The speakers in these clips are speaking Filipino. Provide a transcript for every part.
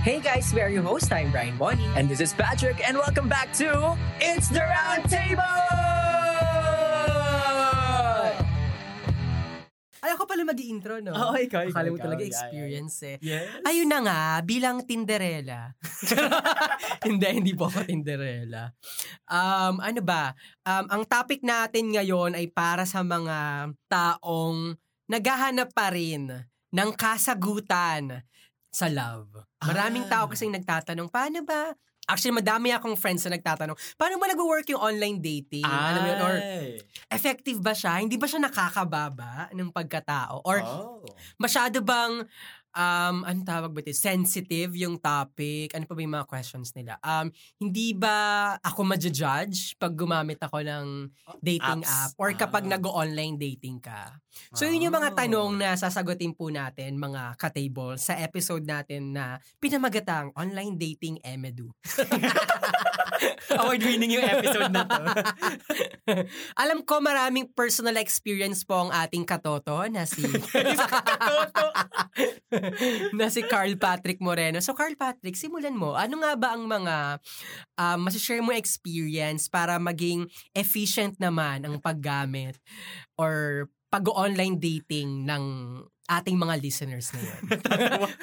Hey guys, we are your host. I'm Brian Bonnie. And this is Patrick. And welcome back to It's the Round Table! Ay, ako pala mag-intro, no? Oo, ikaw, ikaw, Akala mo ikaw. talaga Yeah, yeah, experience, eh. Yes. Ayun na nga, bilang Tinderella. hindi, hindi po ako Tinderella. Um, ano ba? Um, ang topic natin ngayon ay para sa mga taong naghahanap pa rin ng kasagutan sa love. Maraming Ah. tao kasing nagtatanong, paano ba? Actually, madami akong friends na nagtatanong, paano ba nag-work yung online dating? Ah, Alam mo yun? Or effective ba siya? Hindi ba siya nakakababa ng pagkatao? Or oh. masyado bang um ano tawag ba ito? sensitive yung topic ano pa ba yung mga questions nila um hindi ba ako ma-judge pag gumamit ako ng dating Oh, app Apps. or kapag Ah. nag-online dating ka so yun yung mga Oh. tanong na sasagutin po natin mga ka-table sa episode natin na pinamagatang online dating emedu award winning yung episode na to alam ko maraming personal experience po ang ating katoto na si na si Carl Patrick Moreno. So Carl Patrick, simulan mo. Ano nga ba ang mga um, masashare mo experience para maging efficient naman ang paggamit or pag-online dating ng ating mga listeners ngayon.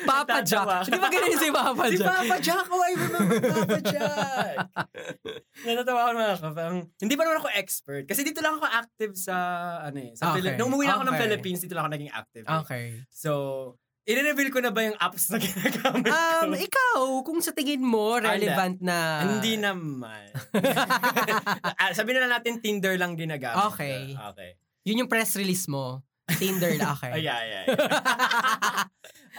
Papa Natatawa. Jack. Di ba ganun si Papa Si Jack? Papa Jack! Oh, I remember Papa Jack! Natatawa ko naman ako. Parang, hindi pa naman ako expert. Kasi dito lang ako active sa, ano eh, sa Okay. Philippines. Nung umuwi na ako ng Okay. Philippines, dito lang ako naging active. eh. Okay. So, i-reveal ko na ba yung apps na ginagamit Um, ko? ikaw, kung sa tingin mo relevant na... Hindi naman. Ah, Sabi na lang natin Tinder lang ginagamit. ko. Okay. Okay. Yun yung press release mo. Tinder na, okay. Ay, yeah, yeah, yeah.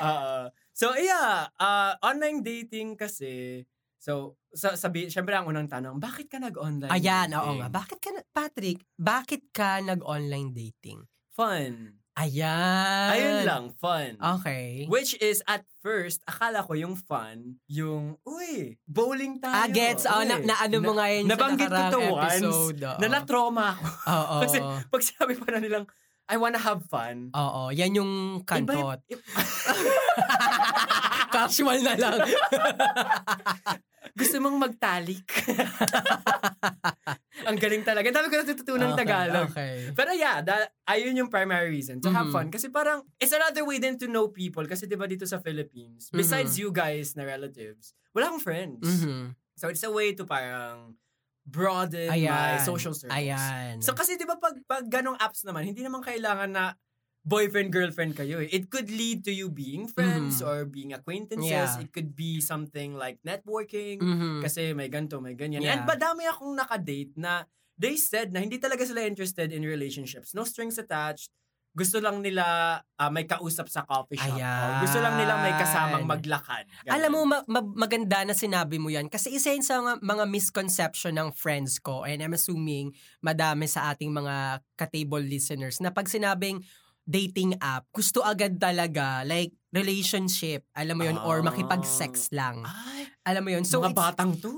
Oo. so, yeah. Uh, online dating kasi, so, sa, sabi, syempre ang unang tanong, bakit ka nag-online Ayan, dating? oo nga. Bakit ka, na- Patrick, bakit ka nag-online dating? Fun. Ayan. Ayun lang, fun. Okay. Which is, at first, akala ko yung fun, yung, uy, bowling tayo. Ah, gets. Oh, na, uy." na ano mo ngayon eh. nabanggit ko sa to nakaraang once, episode. na na-trauma ako. Oo. Oo. Kasi pag sinabi pa na nilang, I wanna have fun. Oo. Yan yung Oh, kantot. Iba- Casual na lang. Gusto mong magtalik. Ang galing talaga. Ang dami ko natututunan Ah, Okay, Tagalog. Okay. Pero yeah, that, ayun yung primary reason. To have Mhm. fun. Kasi parang, it's another way then to know people. Kasi di ba dito sa Philippines, Mm-hmm. besides you guys na relatives, wala akong friends. Mhm. So it's a way to parang broaden my Ayan. social circles. Ayan. So kasi 'di ba pag pag ganong apps naman, hindi naman kailangan na boyfriend girlfriend kayo. eh. It could lead to you being friends Mhm. or being acquaintances. Yeah. It could be something like networking Mhm. kasi may ganto, may ganyan. Yeah. Mm. And madami akong nakadate na they said na hindi talaga sila interested in relationships. No strings attached. Gusto lang nila ah, may kausap sa coffee shop. Ayan. O gusto lang nila may kasamang maglakad. Ganun. Alam mo, ma- ma- maganda na sinabi mo yan kasi isa yun sa mga, mga misconception ng friends ko and I'm assuming madami sa ating mga ka-table listeners na pag sinabing dating app, gusto agad talaga like relationship, alam mo yun, or Ah. makipag-sex lang. Ay, Alam mo yun. So, mga it's- batang to.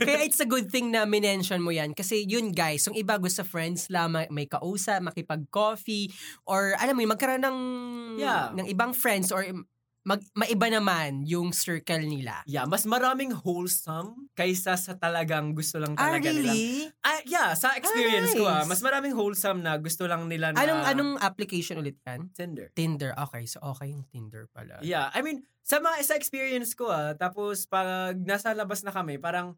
kaya it's a good thing na minention mo yan. Kasi yun guys, yung iba gusto friends lang, ma- may kausa, makipag-coffee, or alam mo yun, magkaroon ng, Yeah. ng ibang friends or mag, maiba naman yung circle nila. Yeah, mas maraming wholesome kaysa sa talagang gusto lang talaga nila. Ah, yeah, sa Ah, experience ko ah, nice. mas maraming wholesome na gusto lang nila na Anong, anong application ulit yan? Tinder. Tinder. Okay, so okay yung Tinder pala. Yeah, I mean, sa mga sa experience ko ah, tapos pag nasa labas na kami, parang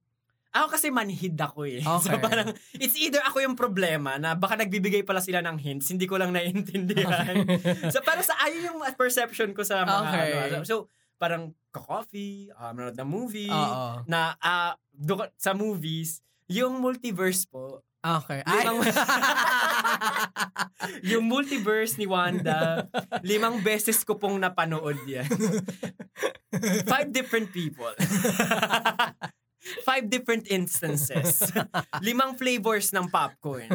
ako kasi manhid ako eh. So Okay. parang it's either ako yung problema na baka nagbibigay pala sila ng hints, hindi ko lang naiintindihan. so parang sa ayun yung perception ko sa mga Okay. ano. So parang ka-coffee, ah, manood ng movie, Oo. na ah, do- sa movies, yung multiverse po, Okay. Ay. limang, yung multiverse ni Wanda, limang beses ko pong napanood yan. Five different people. Five different instances. limang flavors ng popcorn.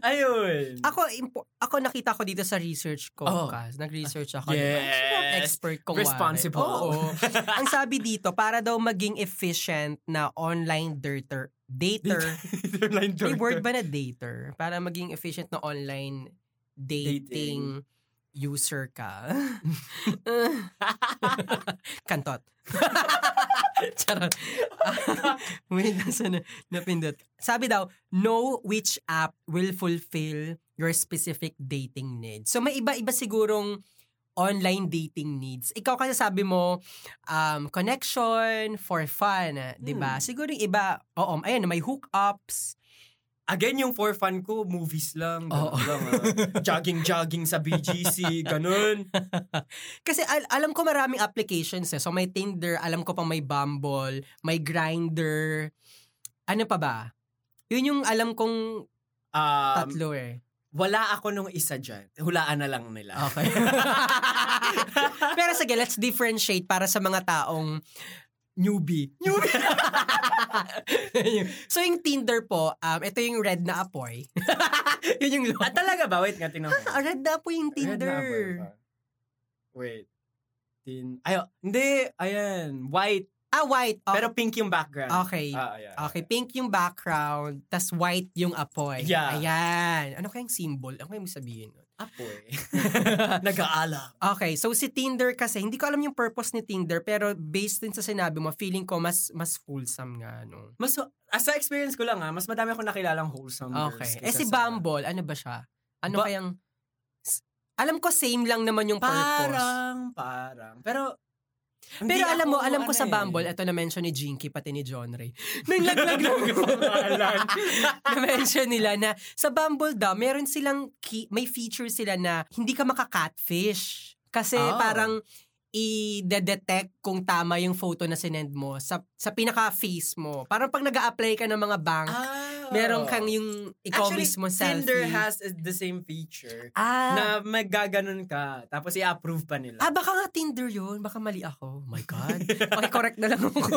Ayun. ako, impo- ako nakita ko dito sa research ko, Oh. Kaz. Nag-research ako. Yes. Diba? Expert kung Responsible. Oo. Ang sabi dito, para daw maging efficient na online dirter, dater, Online may joker. word ba na dater? Para maging efficient na online dating, Dating. user ka. Kantot. Charot. Wait, nasa na, napindot. Sabi daw, know which app will fulfill your specific dating needs. So may iba-iba sigurong online dating needs. Ikaw kasi sabi mo, um, connection for fun, di ba? Hmm. Siguro yung iba, oo, ayun, may hookups. Again, yung for fun ko, movies lang. ganun Oo. lang, ah. Jogging-jogging sa BGC, ganun. Kasi al- alam ko maraming applications eh. So may Tinder, alam ko pa may Bumble, may Grinder. Ano pa ba? Yun yung alam kong Um, tatlo eh. wala ako nung isa dyan. Hulaan na lang nila. Okay. Pero sige, let's differentiate para sa mga taong newbie. Newbie! so yung Tinder po, um, ito yung red na apoy. Yun yung ah, talaga ba? Wait nga, tingnan ko. Ah, red na apoy yung Ayan na, Tinder. boy, pa. Wait. Tin Ayo, hindi. Ayan. White. Ah, white. Okay. Pero pink yung background. okay. Ah, ayan. Okay, pink yung background, tas white yung apoy. Yeah. Ayan. Ano kayang symbol? Ano kayang sabihin nun? Apoy. Nag-aalam. Okay, so si Tinder kasi, hindi ko alam yung purpose ni Tinder, pero based din sa sinabi mo, feeling ko mas mas wholesome nga, no? Mas, as sa experience ko lang ha, mas madami akong nakilalang wholesome girls. Okay. Eh kaysa si sa- Bumble, ano ba siya? Ano Ba- kayang... S- Alam ko same lang naman yung purpose. Parang, parang. Pero, hindi Pero alam mo, ako, alam ko ano sa eh. Bumble, ito na-mention ni Jinky, pati ni John Ray. Nanglaglag lang. Yung pangalan. na-mention nila na sa Bumble daw, meron silang, ki- may feature sila na hindi ka makakatfish. Kasi Oh. parang i-detect kung tama yung photo na sinend mo sa, sa pinaka-face mo. Parang pag nag apply ka ng mga bank, Ah. meron kang yung ikaw Actually, mismo selfie. Tinder has the same feature ah, na magaganon ka tapos i-approve pa nila. Ah, baka nga Tinder yun. Baka mali ako. Oh my God. Okay, correct na lang ako.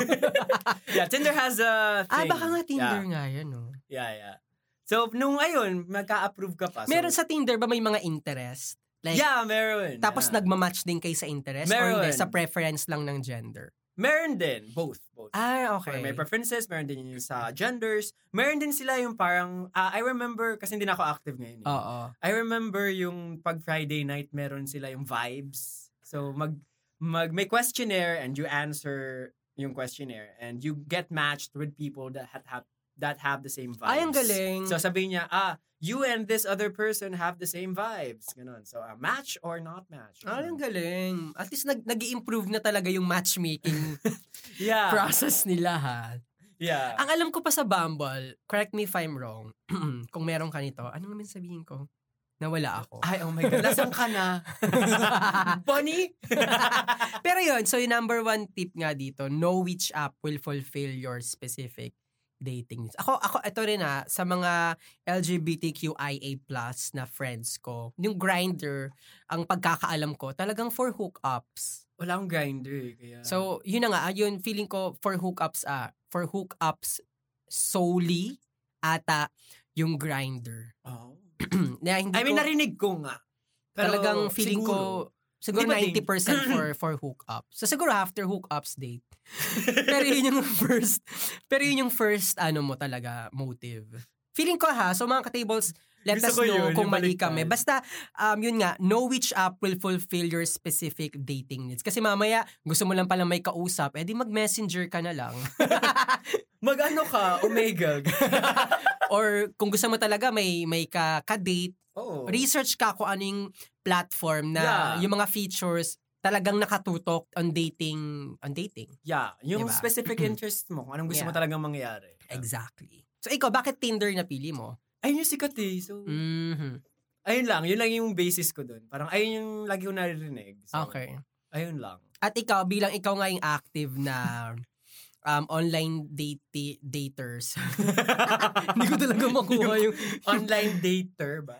yeah, Tinder has a ah, thing. baka nga Tinder Yeah, nga yun, oh. no? yeah. yeah. So, nung ayun, magka-approve ka pa. Ah, So, Meron sa Tinder ba may mga interest? Like, Yeah, meron. tapos yeah. nagmamatch din kayo sa interest? Or hindi, Meron. sa preference lang ng gender? Meron din. Both. Both. Ah, Or okay. May preferences, meron din yung sa genders. Meron din sila yung parang, ah, I remember, kasi hindi na ako active ngayon. eh. Oo. I remember yung pag Friday night, meron sila yung vibes. So, mag, mag, may questionnaire and you answer yung questionnaire and you get matched with people that have, have that have the same vibes. Ah, Ay, ang galing. So, sabihin niya, ah, you and this other person have the same vibes. Ganun. So, ah, match or not match. Ah, ang galing. At least nag nag improve na talaga yung matchmaking Yeah. process nila ha. yeah. Ang alam ko pa sa Bumble, correct me if I'm wrong, kung meron ka nito, ano naman sabihin ko? Nawala ako. Ay, oh my God. Lasang ka na. Bunny? Pero yun, so yung number one tip nga dito, know which app will fulfill your specific dating needs. Ako, ako, ito rin ha, sa mga LGBTQIA plus na friends ko, yung grinder, ang pagkakaalam ko, talagang for hookups. Wala akong grinder. eh, Kaya... So, yun na nga, ah, yun, feeling ko for hookups, ah, for hookups solely, ata, yung grinder. Oh. na hindi I mean, ko- narinig ko nga. Pero talagang feeling ko siguro Di ba din? 90% for for hookup. So siguro after hookups date. pero yun yung first pero yun yung first ano mo talaga motive. Feeling ko ha, so mga ka-tables, let Gusto us ko know yun, kung yung mali baliktad. kami. Basta, um, yun nga, know which app will fulfill your specific dating needs. Kasi mamaya, gusto mo lang pala may kausap, edi mag-messenger ka na lang. Mag-ano ka, Omega. Or kung gusto mo talaga may, may ka, ka-date, Oo. research ka kung ano yung platform na Yeah. yung mga features talagang nakatutok on dating on dating. Yeah, yung Diba? specific interest mo, kung anong gusto mo Yeah. talagang mangyari. Exactly. So ikaw bakit Tinder napili mo? Ayun yung sikat eh. So, Mhm. ayun lang. Yun lang yung basis ko dun. Parang ayun yung lagi ko naririnig. So, Okay. Ayun lang. At ikaw bilang ikaw nga yung active na um online date daters. Hindi ko talaga makuha yung Online dater ba?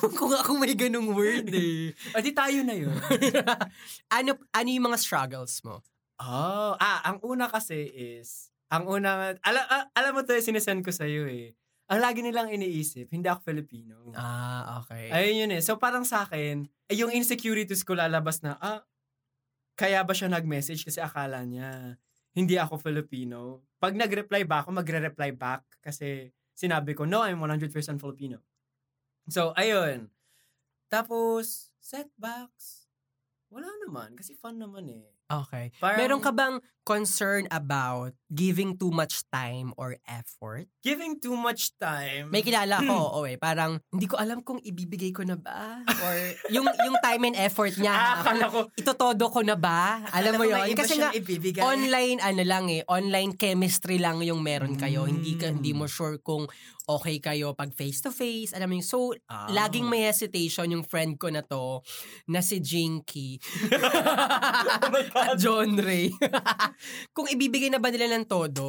kung ako may ganung word eh. O Ah, di tayo na yun. ano ano yung mga struggles mo? Oh, ah, ang una kasi is, ang una, ala, ah, alam mo to, sinesend ko sa'yo eh. Ang lagi nilang iniisip, hindi ako Filipino. Ah, okay. Ayun yun eh. So parang sa akin, eh, yung insecurities ko lalabas na, ah, kaya ba siya nag-message kasi akala niya hindi ako Filipino. Pag nag-reply ba ako, magre-reply back kasi sinabi ko, no, I'm 100% Filipino. So, ayun. Tapos, setbacks, wala naman. Kasi fun naman eh. Okay. Um, Parang Meron ka bang concern about giving too much time or effort? giving too much time. May kilala ko, oo eh, parang hindi ko alam kung ibibigay ko na ba or yung yung time and effort niya. Ah, akala ko. Itotodo ko na ba? Alam mo akala ko may yun? iba Kasi siyang nga, ibibigay. online ano lang eh, online chemistry lang yung meron kayo. Hindi ka Mm. hindi mo sure kung okay kayo pag face to face. Alam mo yung so Ah. laging may hesitation yung friend ko na to na si Jinky. my God. John Ray. kung ibibigay na ba nila ng todo?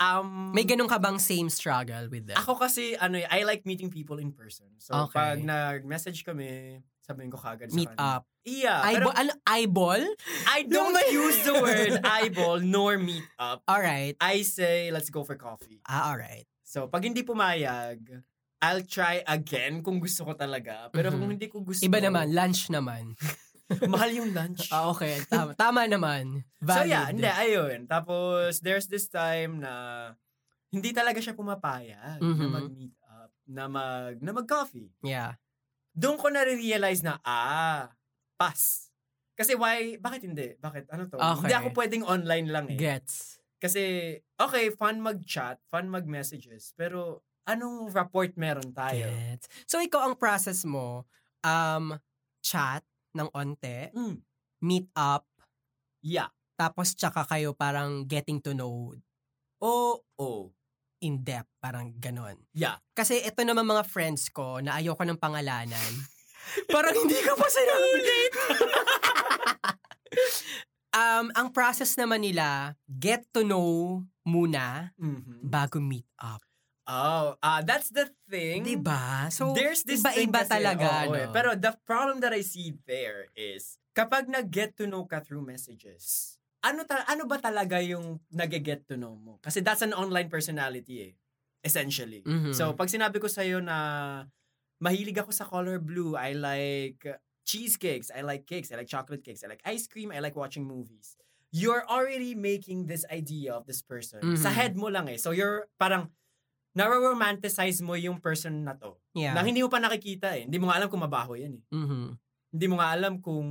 Um, May ganun ka bang same struggle with that? Ako kasi, ano eh, I like meeting people in person. So, Okay. pag nag-message kami, sabihin ko kagad Meet sa kanila. up. Yeah. Ah, pero Eyeball, ano, eyeball? I Yung don't may- use the word eyeball nor meet up. Alright. I say, let's go for coffee. Ah, alright. So, pag hindi pumayag, I'll try again kung gusto ko talaga. Pero kung Mhm. hindi ko gusto, Iba naman, lunch naman. mahal yung lunch. Ah, okay. Tama, tama naman. Valid. So yeah, hindi, ayun. Tapos, there's this time na hindi talaga siya pumapayag na Mhm. mag-meet up, na, mag, na mag-coffee. Yeah. Doon ko na-realize na, ah, pass. Kasi why, bakit hindi? Bakit? Ano to? Okay. Hindi ako pwedeng online lang eh. Gets. Kasi, okay, fun mag-chat, fun mag-messages, pero anong rapport meron tayo? Gets. So ikaw ang process mo, um, chat ng onte, Mm, meet up, yeah. tapos tsaka kayo parang getting to know Oo. Oh, in depth, parang ganon. Yeah. Kasi ito naman mga friends ko na ayoko ng pangalanan. parang hindi ko pa sinabi. um, ang process naman nila, get to know muna Mhm. bago meet up. Oh, ah, that's the thing. Diba? So, There's this thing iba-iba kasi, talaga. ano? oo, eh. no? Pero the problem that I see there is, kapag nag-get to know ka through messages, ano, ta- ano ba talaga yung nag-get to know mo? Kasi that's an online personality eh, essentially. Mhm. So, pag sinabi ko sa'yo na mahilig ako sa color blue, I like cheesecakes, I like cakes, I like chocolate cakes, I like ice cream, I like watching movies. You're already making this idea of this person. Mhm. Sa head mo lang eh. So, you're parang, naroromanticize mo yung person na to. yeah. Na hindi mo pa nakikita eh. Hindi mo nga alam kung mabaho yan eh. Mhm. Hindi mo nga alam kung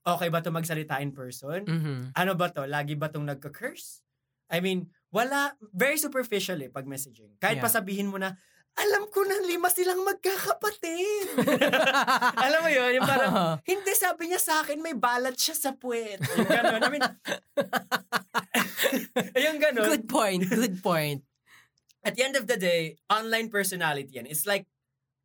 okay ba to magsalita in person. Mhm. Ano ba to? Lagi ba tong nagka-curse? I mean, wala, very superficial eh pag messaging. Kahit Yeah. pasabihin mo na, alam ko na lima silang magkakapatid. alam mo yun, yung parang, Oo. hindi sabi niya sa akin, may balat siya sa puwet. Yung ganun. I mean, yung ganun. Good point. Good point. at the end of the day, online personality yan. It's like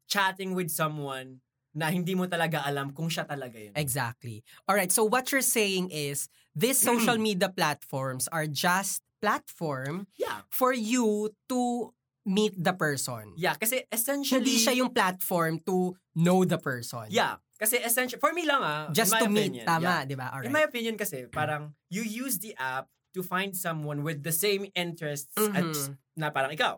chatting with someone na hindi mo talaga alam kung siya talaga yun. Exactly. All right. So what you're saying is these social media platforms are just platform Yeah. for you to meet the person. Yeah, kasi essentially... Hindi siya yung platform to know the person. Yeah. Kasi essentially, for me lang ah, Just in my to meet. opinion, yeah. Tama, di ba? All In my opinion kasi, parang you use the app to find someone with the same interests at, na parang ikaw.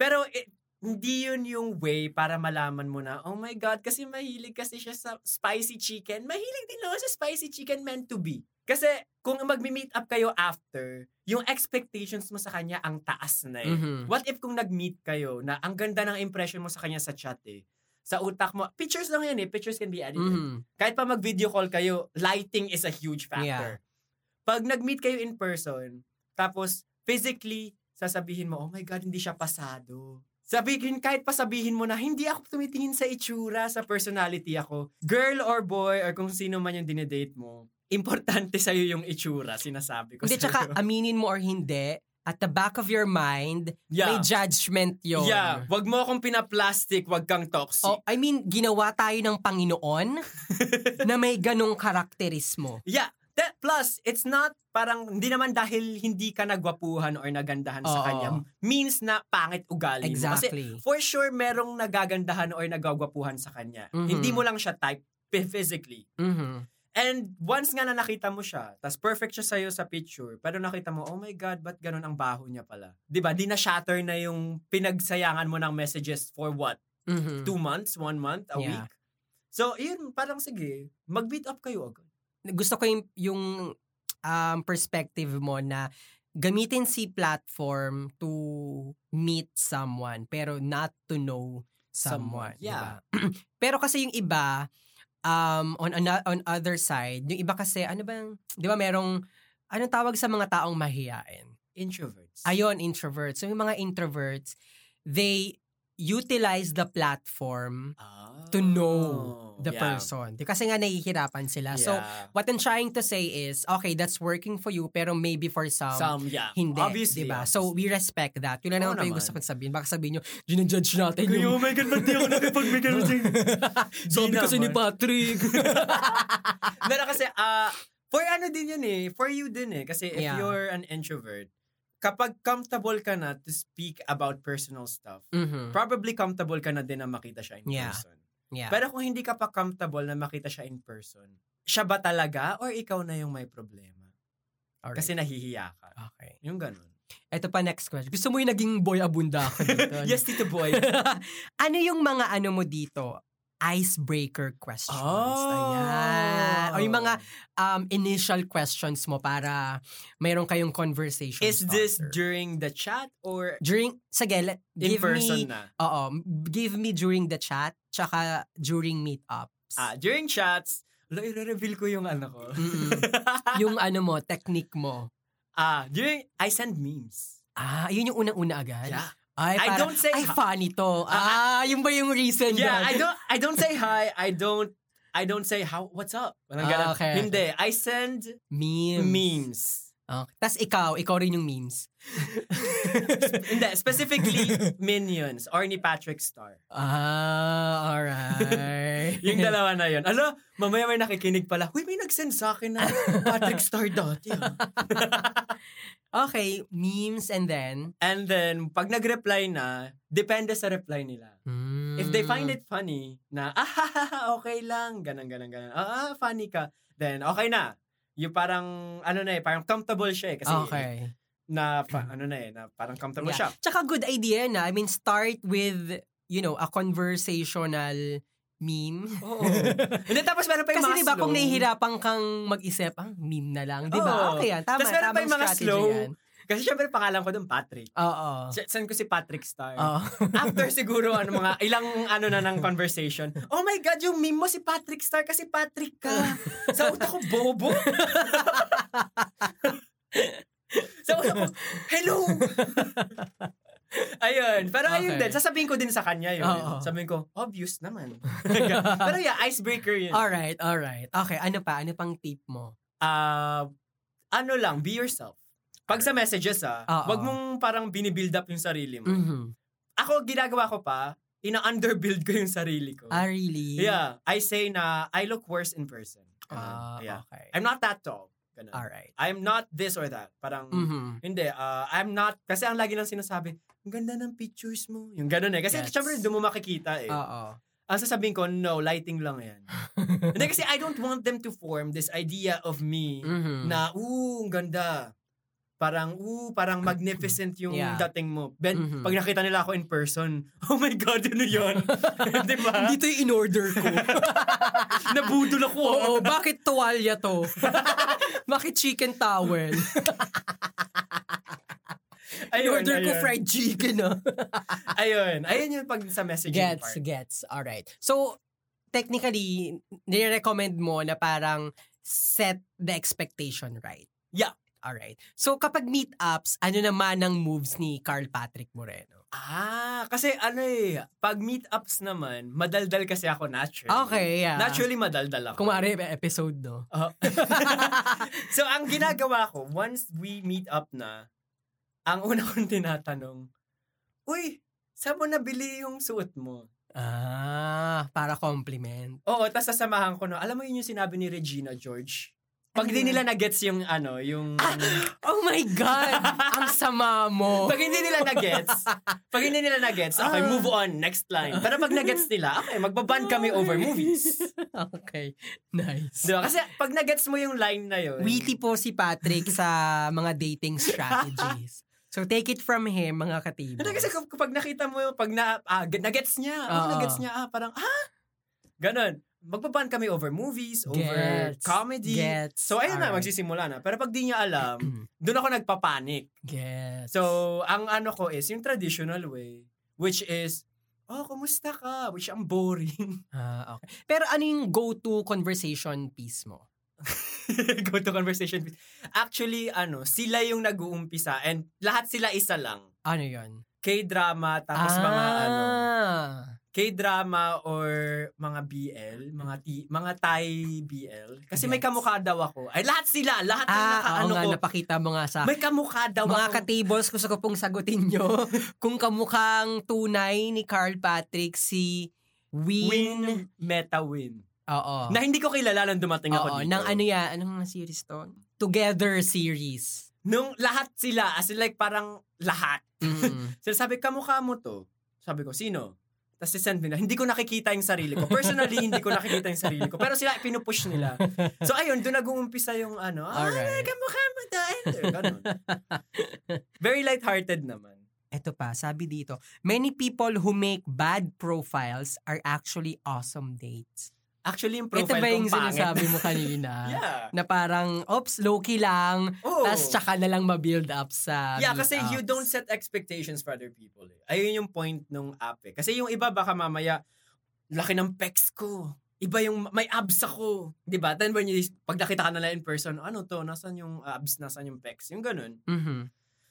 Pero it, hindi yun yung way para malaman mo na, oh my God, kasi mahilig kasi siya sa spicy chicken. Mahilig din ako sa spicy chicken meant to be. Kasi kung mag-meet up kayo after, yung expectations mo sa kanya ang taas na eh. Mhm. What if kung nag-meet kayo na ang ganda ng impression mo sa kanya sa chat eh. Sa utak mo, pictures lang yan eh. Pictures can be edited Mhm. kahit pa mag-video call kayo, lighting is a huge factor. Pag nag-meet kayo in person, tapos physically, sasabihin mo, oh my God, hindi siya pasado. Sabihin, kahit pa sabihin mo na, hindi ako tumitingin sa itsura, sa personality ako. Girl or boy, or kung sino man yung dinedate mo, importante sa'yo yung itsura, sinasabi ko Hindi, sa'yo. tsaka aminin mo or hindi, at the back of your mind, may yeah. judgment yun. yeah, wag mo akong pinaplastic, wag kang toxic. Oh, I mean, ginawa tayo ng Panginoon na may ganong karakterismo. Yeah. That, plus, it's not parang hindi naman dahil hindi ka nagwapuhan or nagandahan sa Oo. kanya means na pangit ugali mo. Kasi Exactly. for sure merong nagagandahan or nagagwapuhan sa kanya. Mhm. Hindi mo lang siya type p- physically. Mhm. And once nga na nakita mo siya, tas perfect siya sa'yo sa picture, pero nakita mo, oh my God, ba't ganun ang baho niya pala? 'Di ba Di na shatter na yung pinagsayangan mo ng messages for what? Mhm. Two months? One month? A Yeah. week? So, yun, parang sige, mag-beat up kayo agad. gusto ko yung, yung um, perspective mo na gamitin si platform to meet someone pero not to know someone. Yeah. diba? Pero kasi yung iba, um, on, ano- on other side, yung iba kasi, ano bang, di ba merong, anong tawag sa mga taong mahihain? Introverts. Ayon, introverts. So yung mga introverts, they utilize the platform Ah. to know the Oh, Yeah. person. Di- Kasi nga nahihirapan sila. So Yeah. what I'm trying to say is, okay, that's working for you, pero maybe for some, some um, yeah. hindi. Obviously. diba? So we respect that. Yun lang Oo naman po yung naman. gusto ko sabihin. Baka sabihin nyo, ginajudge natin Kaya, yung oh my God, ba't di ako nakipagbigay ng sing- Sabi Di kasi ni naman. Patrick. Pero kasi, ah, for ano din yun eh, for you din eh. Kasi if Yeah. you're an introvert, kapag comfortable ka na to speak about personal stuff, Mhm. probably comfortable ka na din na makita siya in Yeah. person. Yeah. Pero kung hindi ka pa comfortable na makita siya in person, siya ba talaga or ikaw na yung may problema? Alright. Kasi nahihiya ka. okay. Yung ganun. Ito pa next question. Gusto mo yung naging boy abunda ako dito? yes, Tito Boy. ano yung mga ano mo dito? Icebreaker questions. Oh. Ayan. O yung mga um, initial questions mo para mayroon kayong conversation Is this starter. during the chat or during, sige, let- in give person me, na? oo, give me during the chat, tsaka during meetups. Ah, during chats, lo, i-reveal ko yung ano ko. Mm-mm. yung ano mo, technique mo. ah, during, I send memes. Ah, yun yung unang-una agad? Yeah. Ay, I parang, don't say ay, hi." funny to. Ah, yung ba yung reason Yeah, dyan? I don't, I don't say hi. I don't, I don't say how, what's up? Parang Ah, ganun. okay. Hindi. I send Memes. memes. Okay. Tapos ikaw, ikaw rin yung memes. Hindi, specifically Minions or ni Patrick Star. ah, alright. Yung dalawa na yun. Ala, mamaya may nakikinig pala, Uy, may nagsend sa akin na Patrick Star dati. ah." Okay, memes and then... And then, pag nag-reply na, depende sa reply nila. If they find Mm. it funny, na, ah, ha, ha, ha, okay lang, ganun, ganun, ganun. Ah, ah, funny ka. Then, okay na. Yung parang, ano na eh, parang comfortable siya eh. Kasi, Ah, Okay. na, pa- ano na eh, na parang comfortable Yeah. siya. Tsaka good idea na. I mean, start with, you know, a conversational meme. Oo. Hindi, tapos meron pa yung Kasi mga di ba kung slow. nahihirapan kang mag-isip, ah, meme na lang, di ba? Oo. Okay yan, tama, Tas meron pa tamang yung mga strategy slow. yan. Kasi syempre, pangalan ko dun, Patrick. Oo. Sa- Saan ko si Patrick Star? Oo. After siguro ano mga ilang ano na ng conversation. Oh my god, yung meme mo si Patrick Star kasi Patrick ka. Sa utak ko bobo. Sa utak ko, hello. Ayun. Pero ayun Okay. din. Sasabihin ko din sa kanya yun. Oo. Sabihin ko, obvious naman. Pero yeah, icebreaker yun. alright, alright. Okay, ano pa? Ano pang tip mo? Ah, ano lang, be yourself. Pag sa messages ah, Oo. wag mong parang binibuild up yung sarili mo. Mhm. Ako, ginagawa ko pa, ina-underbuild ko yung sarili ko. Ah, really? Yeah, I say na I look worse in person. Ah, Ganun. yeah. okay. I'm not that tall. Ganun. Alright. I'm not this or that. Parang, Mhm. hindi, uh, I'm not, kasi ang lagi nang sinasabi, ang ganda ng pictures mo. Yung ganun eh. Kasi Gets. syempre, doon mo makikita eh. Oo. ang sasabihin ko, no, lighting lang yan. hindi, kasi I don't want them to form this idea of me Mhm. na, ooh, ang ganda. Parang, ooh, parang magnificent yung Yeah. dating mo. Ben, Mhm. pag nakita nila ako in person, oh my God, ano yun? Di ba? Dito yung in-order ko. Nabudol ako. oh. Oo, bakit tuwalya to? bakit chicken towel? In-order ko fried chicken, ah. Ayun. Ayun yung pag sa messaging Gets, part. gets. Alright. So, technically, nire-recommend mo na parang set the expectation right. Yeah. Alright. So, kapag meet-ups, ano naman ang moves ni Carl Patrick Moreno? Ah, kasi ano eh, pag meetups naman, madaldal kasi ako naturally. Okay, yeah. Naturally madaldal ako. Kung maaari, episode, no? Oo. so, ang ginagawa ko, once we meet up na, ang una kong tinatanong, Uy, saan mo nabili yung suot mo? Ah, para compliment. Oo, tas sasamahan ko no. Alam mo yun yung sinabi ni Regina George? Pag Ano di yun? nila na-gets yung ano, yung... Oh my God! ang sama mo! Pag hindi nila na-gets, pag hindi nila na-gets, Ah. okay, move on, next line. Pero pag na-gets nila, okay, magbaband kami over movies. okay. Nice. Di ba? Kasi pag na-gets mo yung line na yun, Witty po si Patrick sa mga dating strategies. So take it from him, mga katibo. Hindi kasi kap- kapag nakita mo, pag na, ah, g- na-gets niya, oh, Oo. na-gets niya, ah, parang, ah, ganun. Magbaband kami over movies, over Gets. comedy. Gets. So, ayun na, Alright. magsisimula na. Pero pag di niya alam, doon ako nagpapanik. Gets. So, ang ano ko is, yung traditional way, which is, oh, kumusta ka? Which ang boring. Ah, okay. Pero ano yung go-to conversation piece mo? Go to conversation. Actually, ano, sila yung nag-uumpisa and lahat sila isa lang. Ano yun? K-drama, tapos mga ano, Ah. K-drama or mga BL, mga T- mga Thai BL. Kasi may Gets. kamukha daw ako. Ay, lahat sila, lahat ng Ah, naka, oo ano nga, ko, napakita mo nga sa may kamukha daw mga ako. ka-tables, gusto ko pong sagutin nyo kung kamukhang tunay ni Carl Patrick si Win. Win, meta win. Oo. Na hindi ko kilala nang dumating Oh. Oo, ako dito. ng ano yan, anong series to? Together series. Nung lahat sila, as in like parang lahat. Mm. Sila sabi, kamukha mo to. Sabi ko, sino? Tapos send me na, hindi ko nakikita yung sarili ko. Personally, hindi ko nakikita yung sarili ko. Pero sila, pinupush nila. So ayun, doon nag-uumpisa yung ano, ah, Alright. kamukha mo to. Enter. Ganun. Very lighthearted naman. Ito pa, sabi dito, many people who make bad profiles are actually awesome dates. Actually, yung profile Ito ba yung kong pangit. sinasabi mo kanina? Yeah. Na parang, oops, low-key lang, Oh. tas tsaka na lang ma-build up sa yeah, kasi meetups. you don't set expectations for other people. Eh. Ayun yung point nung app eh. Kasi yung iba baka mamaya, laki ng pecs ko. Iba yung, may abs ako. Di ba? Then when you, pag nakita ka nila in person, ano to, nasan yung abs, nasan yung pecs? Yung ganun. Mhm.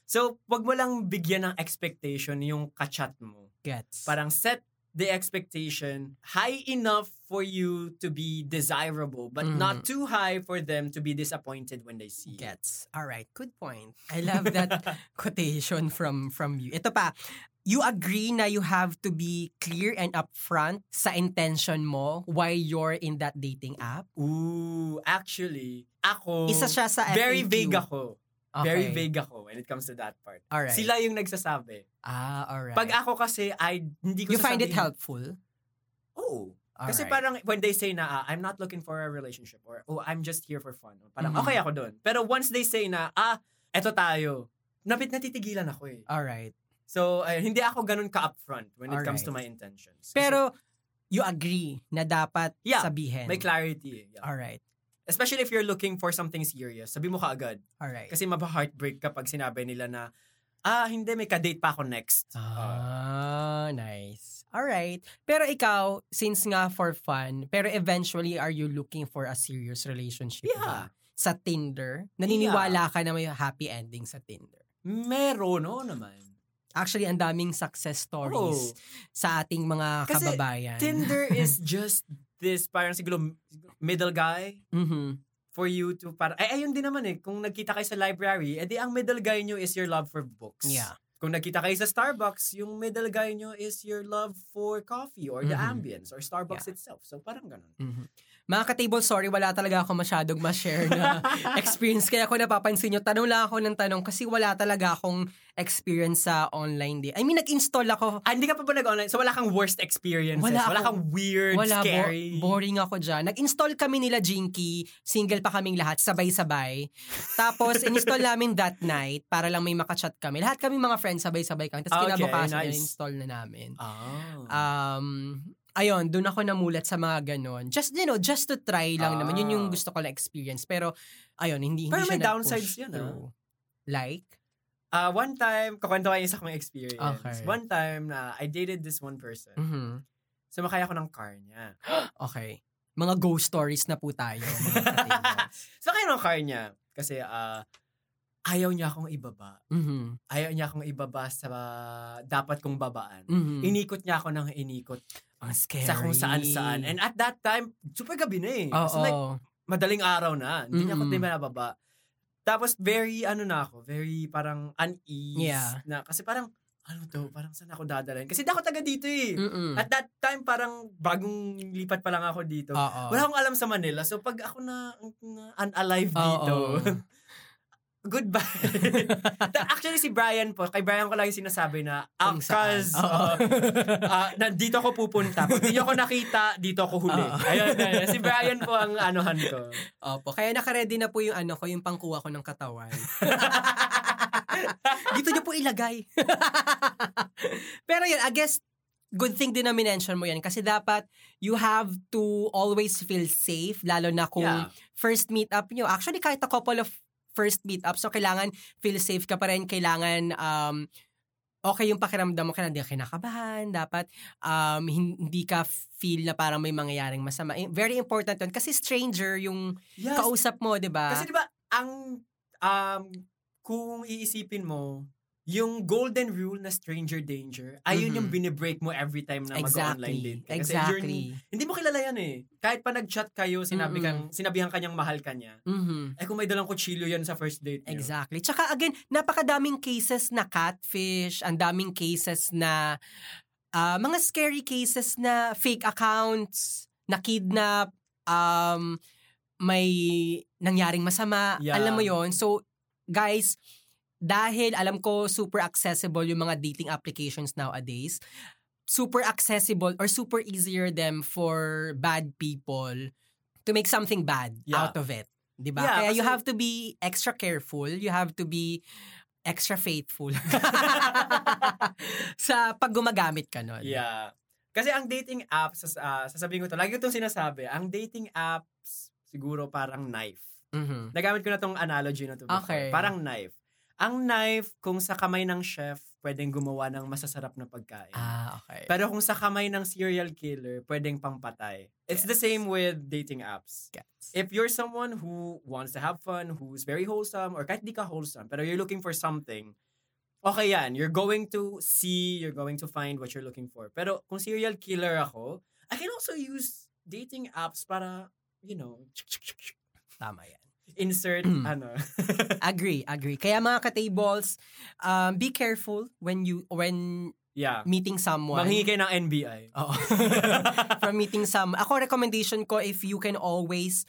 So, wag mo lang bigyan ng expectation yung kachat mo. Gets. Parang set the expectation high enough for you to be desirable but Mhm. not too high for them to be disappointed when they see you. Gets. All right, good point. I love that quotation from from you. Ito pa, you agree na you have to be clear and upfront sa intention mo why you're in that dating app. Ooh, actually, ako Isa siya sa very FAQ. vague ako. Okay. Very vague ako when it comes to that part. All right. Sila yung nagsasabi. ah, all right. Pag ako kasi, I, hindi ko you find it sasabihin- helpful? Oo. All kasi right. parang when they say na, ah, I'm not looking for a relationship or oh, I'm just here for fun. Parang Mhm. okay ako doon. Pero once they say na, ah, eto tayo, napit natitigilan ako eh. All right. So, ayun, hindi ako ganun ka-upfront when it comes to my Alright. intentions. Kasi Pero you agree na dapat Yeah, sabihin. may clarity. eh. Yeah. All right. Especially if you're looking for something serious, sabi mo kaagad. All right. Kasi maba-heartbreak kapag sinabi nila na, ah, hindi, may kadate pa ako next. Ah, nice. All right. Pero ikaw, since nga for fun, pero eventually are you looking for a serious relationship Yeah. ba? sa Tinder? Naniniwala ka na may happy ending sa Tinder? Meron, oo naman. Actually, ang daming success stories Oo. sa ating mga Oh. Kasi kababayan. Tinder is just this, parang siguro middle guy Mhm. for you to, para ay, ayun din naman eh, kung nagkita kayo sa library, edi ang middle guy nyo is your love for books. Yeah. Kung nagkita kayo sa Starbucks, yung middle guy nyo is your love for coffee or the Mhm. ambience or Starbucks itself. So parang ganun. Mhm. Mga ka-table, sorry, wala talaga ako masyadong ma-share na experience. Kaya ako napapansin nyo, tanong lang ako ng tanong kasi wala talaga akong experience sa online day. I mean, nag-install ako Ah, hindi ka pa ba nag-online? So wala kang worst experiences? Wala Wala, ako. kang weird, Wala, bo- scary? boring ako dyan. Nag-install kami nila Jinky, single pa kaming lahat, sabay-sabay. Tapos, in-install namin that night para lang may makachat kami. Lahat kami mga friends, sabay-sabay kami. Tapos, Ah, Okay, kinabukasan, nice. install na namin. Oh. Um, ayun, dun ako namulat sa mga ganon. Just, you know, just to try lang Ah. naman. Yun yung gusto ko na experience. Pero, ayun, hindi, hindi Pero siya may nag-push downsides yun, ah. through. Like? Ah, one time, kukwento kayo sa akong experience. Okay. One time na I dated this one person. Mhm. Sumakay ako ng car niya. Okay. Mga ghost stories na po tayo. Mga ka-tables. Sumakay ako ng car niya kasi ah, ayaw niya akong ibaba. Mhm. Ayaw niya akong ibaba sa dapat kong babaan. Mhm. Inikot niya ako ng inikot Ang Ah, scary. sa kung saan-saan. And at that time, super gabi na eh. Oo. So like, madaling araw na. Hindi niya ako Mm-mm. din nababa. Tapos very ano na ako, very parang unease Yeah. na kasi parang ano to, parang saan ako dadalhin? Kasi di ako taga dito eh. Mm-mm. At that time parang bagong lipat pa lang ako dito. Oo. Wala akong alam sa Manila. So pag ako na, na unalive Oo. dito, goodbye. Ta- Actually si Brian po, kay Brian ko lang yung sinasabi na Kung saan. akas Oo. Ah, uh, ah, nandito ako pupunta. Pag di niyo ako nakita, dito ako huli. Oo. Ayun, ayun. Si Brian po ang anuhan ko. Opo. Kaya nakaredy na po yung ano ko, yung pangkuha ko ng katawan. Dito niyo po ilagay. Pero yun, I guess, good thing din na minention mo yan kasi dapat you have to always feel safe lalo na kung Yeah. first meet up nyo. Actually, kahit a couple of first meet up, so kailangan feel safe ka pa rin, kailangan um, okay yung pakiramdam mo kaya hindi ka kinakabahan, dapat um, hin- hindi ka feel na parang may mangyayaring masama. Eh, Very important yun kasi stranger yung Yes. kausap mo, di ba? Kasi di ba ang um kung iisipin mo, yung golden rule na stranger danger, ayun Mhm. yung binibreak mo every time na mag-online exactly. date. ka. Kasi Exactly. you're- hindi mo kilala yan eh. Kahit pa nag-chat kayo, sinabi Mm-mm. kang, sinabihan kanyang mahal ka niya. Mhm. Ay, kung may dalang kutsilyo yan sa first date niyo. Exactly. Tsaka again, napakadaming cases na catfish, ang daming cases na ah, mga scary cases na fake accounts, na kidnap, um, may nangyaring masama. Yeah. Alam mo yon So, guys, dahil alam ko super accessible yung mga dating applications nowadays, super accessible or super easier them for bad people to make something bad Yeah. out of it. 'Di ba? Yeah, Kaya you kasi- have to be extra careful. You have to be extra faithful sa pag gumagamit ka nun. Yeah. Kasi ang dating apps, sas- ah, sasabihin ko to, lagi ko itong sinasabi, ang dating apps, siguro parang knife. Mhm. Nagamit ko na tong analogy na to before. Okay. Parang knife. Ang knife, kung sa kamay ng chef, pwedeng gumawa ng masasarap na pagkain. Ah, okay. Pero kung sa kamay ng serial killer, pwedeng pangpatay. It's the Yes. same with dating apps. Gets. If you're someone who wants to have fun, who's very wholesome, or kahit di ka wholesome, pero you're looking for something, okay yan. You're going to see, you're going to find what you're looking for. Pero kung serial killer ako, I can also use dating apps para, you know, Tama yan. insert, Mm. ano. Agree, agree. Kaya mga ka-tables, um, be careful when you when yeah. meeting someone. Manghingi kayo ng NBI. Oo. From meeting some. Ako, recommendation ko if you can always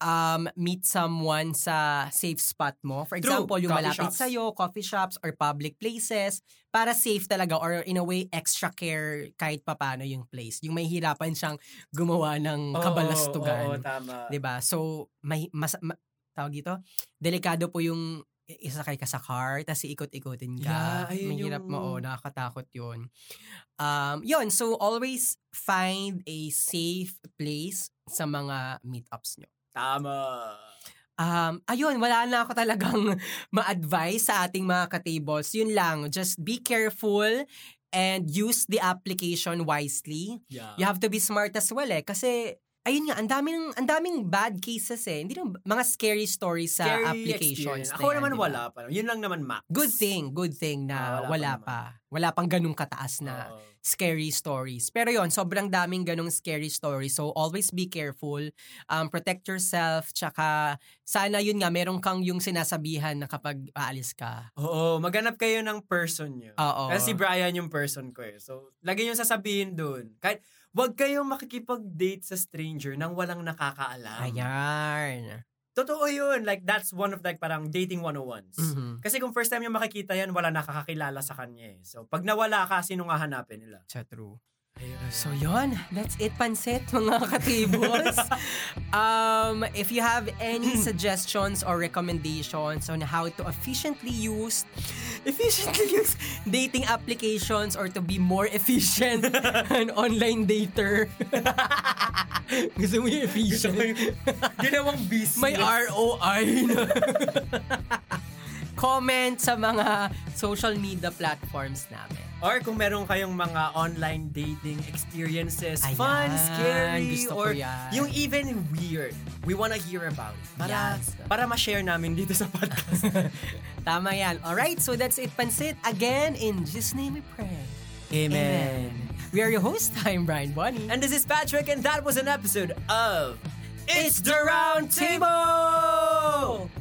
um, meet someone sa safe spot mo. For True. example, yung Coffee malapit shops. sa'yo, coffee shops or public places para safe talaga or in a way, extra care kahit papano yung place. Yung may hirapan siyang gumawa ng kabalastugan. Oo, oo, tama. 'di ba? So may mas ma, tawag dito, delikado po yung i- isakay ka sa car tapos iikot-ikotin ka. Yeah, ayun May hirap mo, oh, yung- nakakatakot 'yun. Um, 'yun, so always find a safe place sa mga meetups nyo. Tama. Um, ayun, wala na ako talagang ma-advise sa ating mga ka-tables. Yun lang, just be careful and use the application wisely Yeah. you have to be smart as well eh kasi ayun nga ang daming ang daming bad cases eh hindi lang mga scary stories sa Scary applications experience. na Ako yan, naman di ba? wala pa. Yun lang naman max. good thing good thing na Ah, wala pa wala, naman. pa, wala pang ganung kataas na Oo. scary stories. Pero yon sobrang daming ganong scary stories. So, always be careful. Um, protect yourself. Tsaka, sana yun nga, meron kang yung sinasabihan na kapag aalis ka. Oo, maghanap kayo ng person nyo. Oo. Kasi si Brian yung person ko eh. So, lagi yung sasabihin dun. Kahit, wag kayong makikipag-date sa stranger nang walang nakakaalam. Ayan. Totoo yun. Like, that's one of like parang dating 101s. Mhm. Kasi kung first time yung makikita yan, wala nakakakilala sa kanya eh. So, pag nawala ka, sino nga hanapin nila? Sa true. So yon, that's it pansit mga katibos. um, if you have any suggestions or recommendations on how to efficiently use efficiently use dating applications or to be more efficient an online dater. Gusto mo yung efficient? Ginawang business. May ROI na. Comment sa mga social media platforms namin. Or kung meron kayong mga online dating experiences, Ayan, fun, scary, gusto ko or yan. yung even weird, we wanna hear about it. Para, Yes. para ma-share namin dito sa podcast. Tama yan. Alright, so that's it, Pansit. Again, in Jesus' name we pray. Amen. We are your host. I'm Brian Bonnie. And this is Patrick, and that was an episode of It's the Round Table!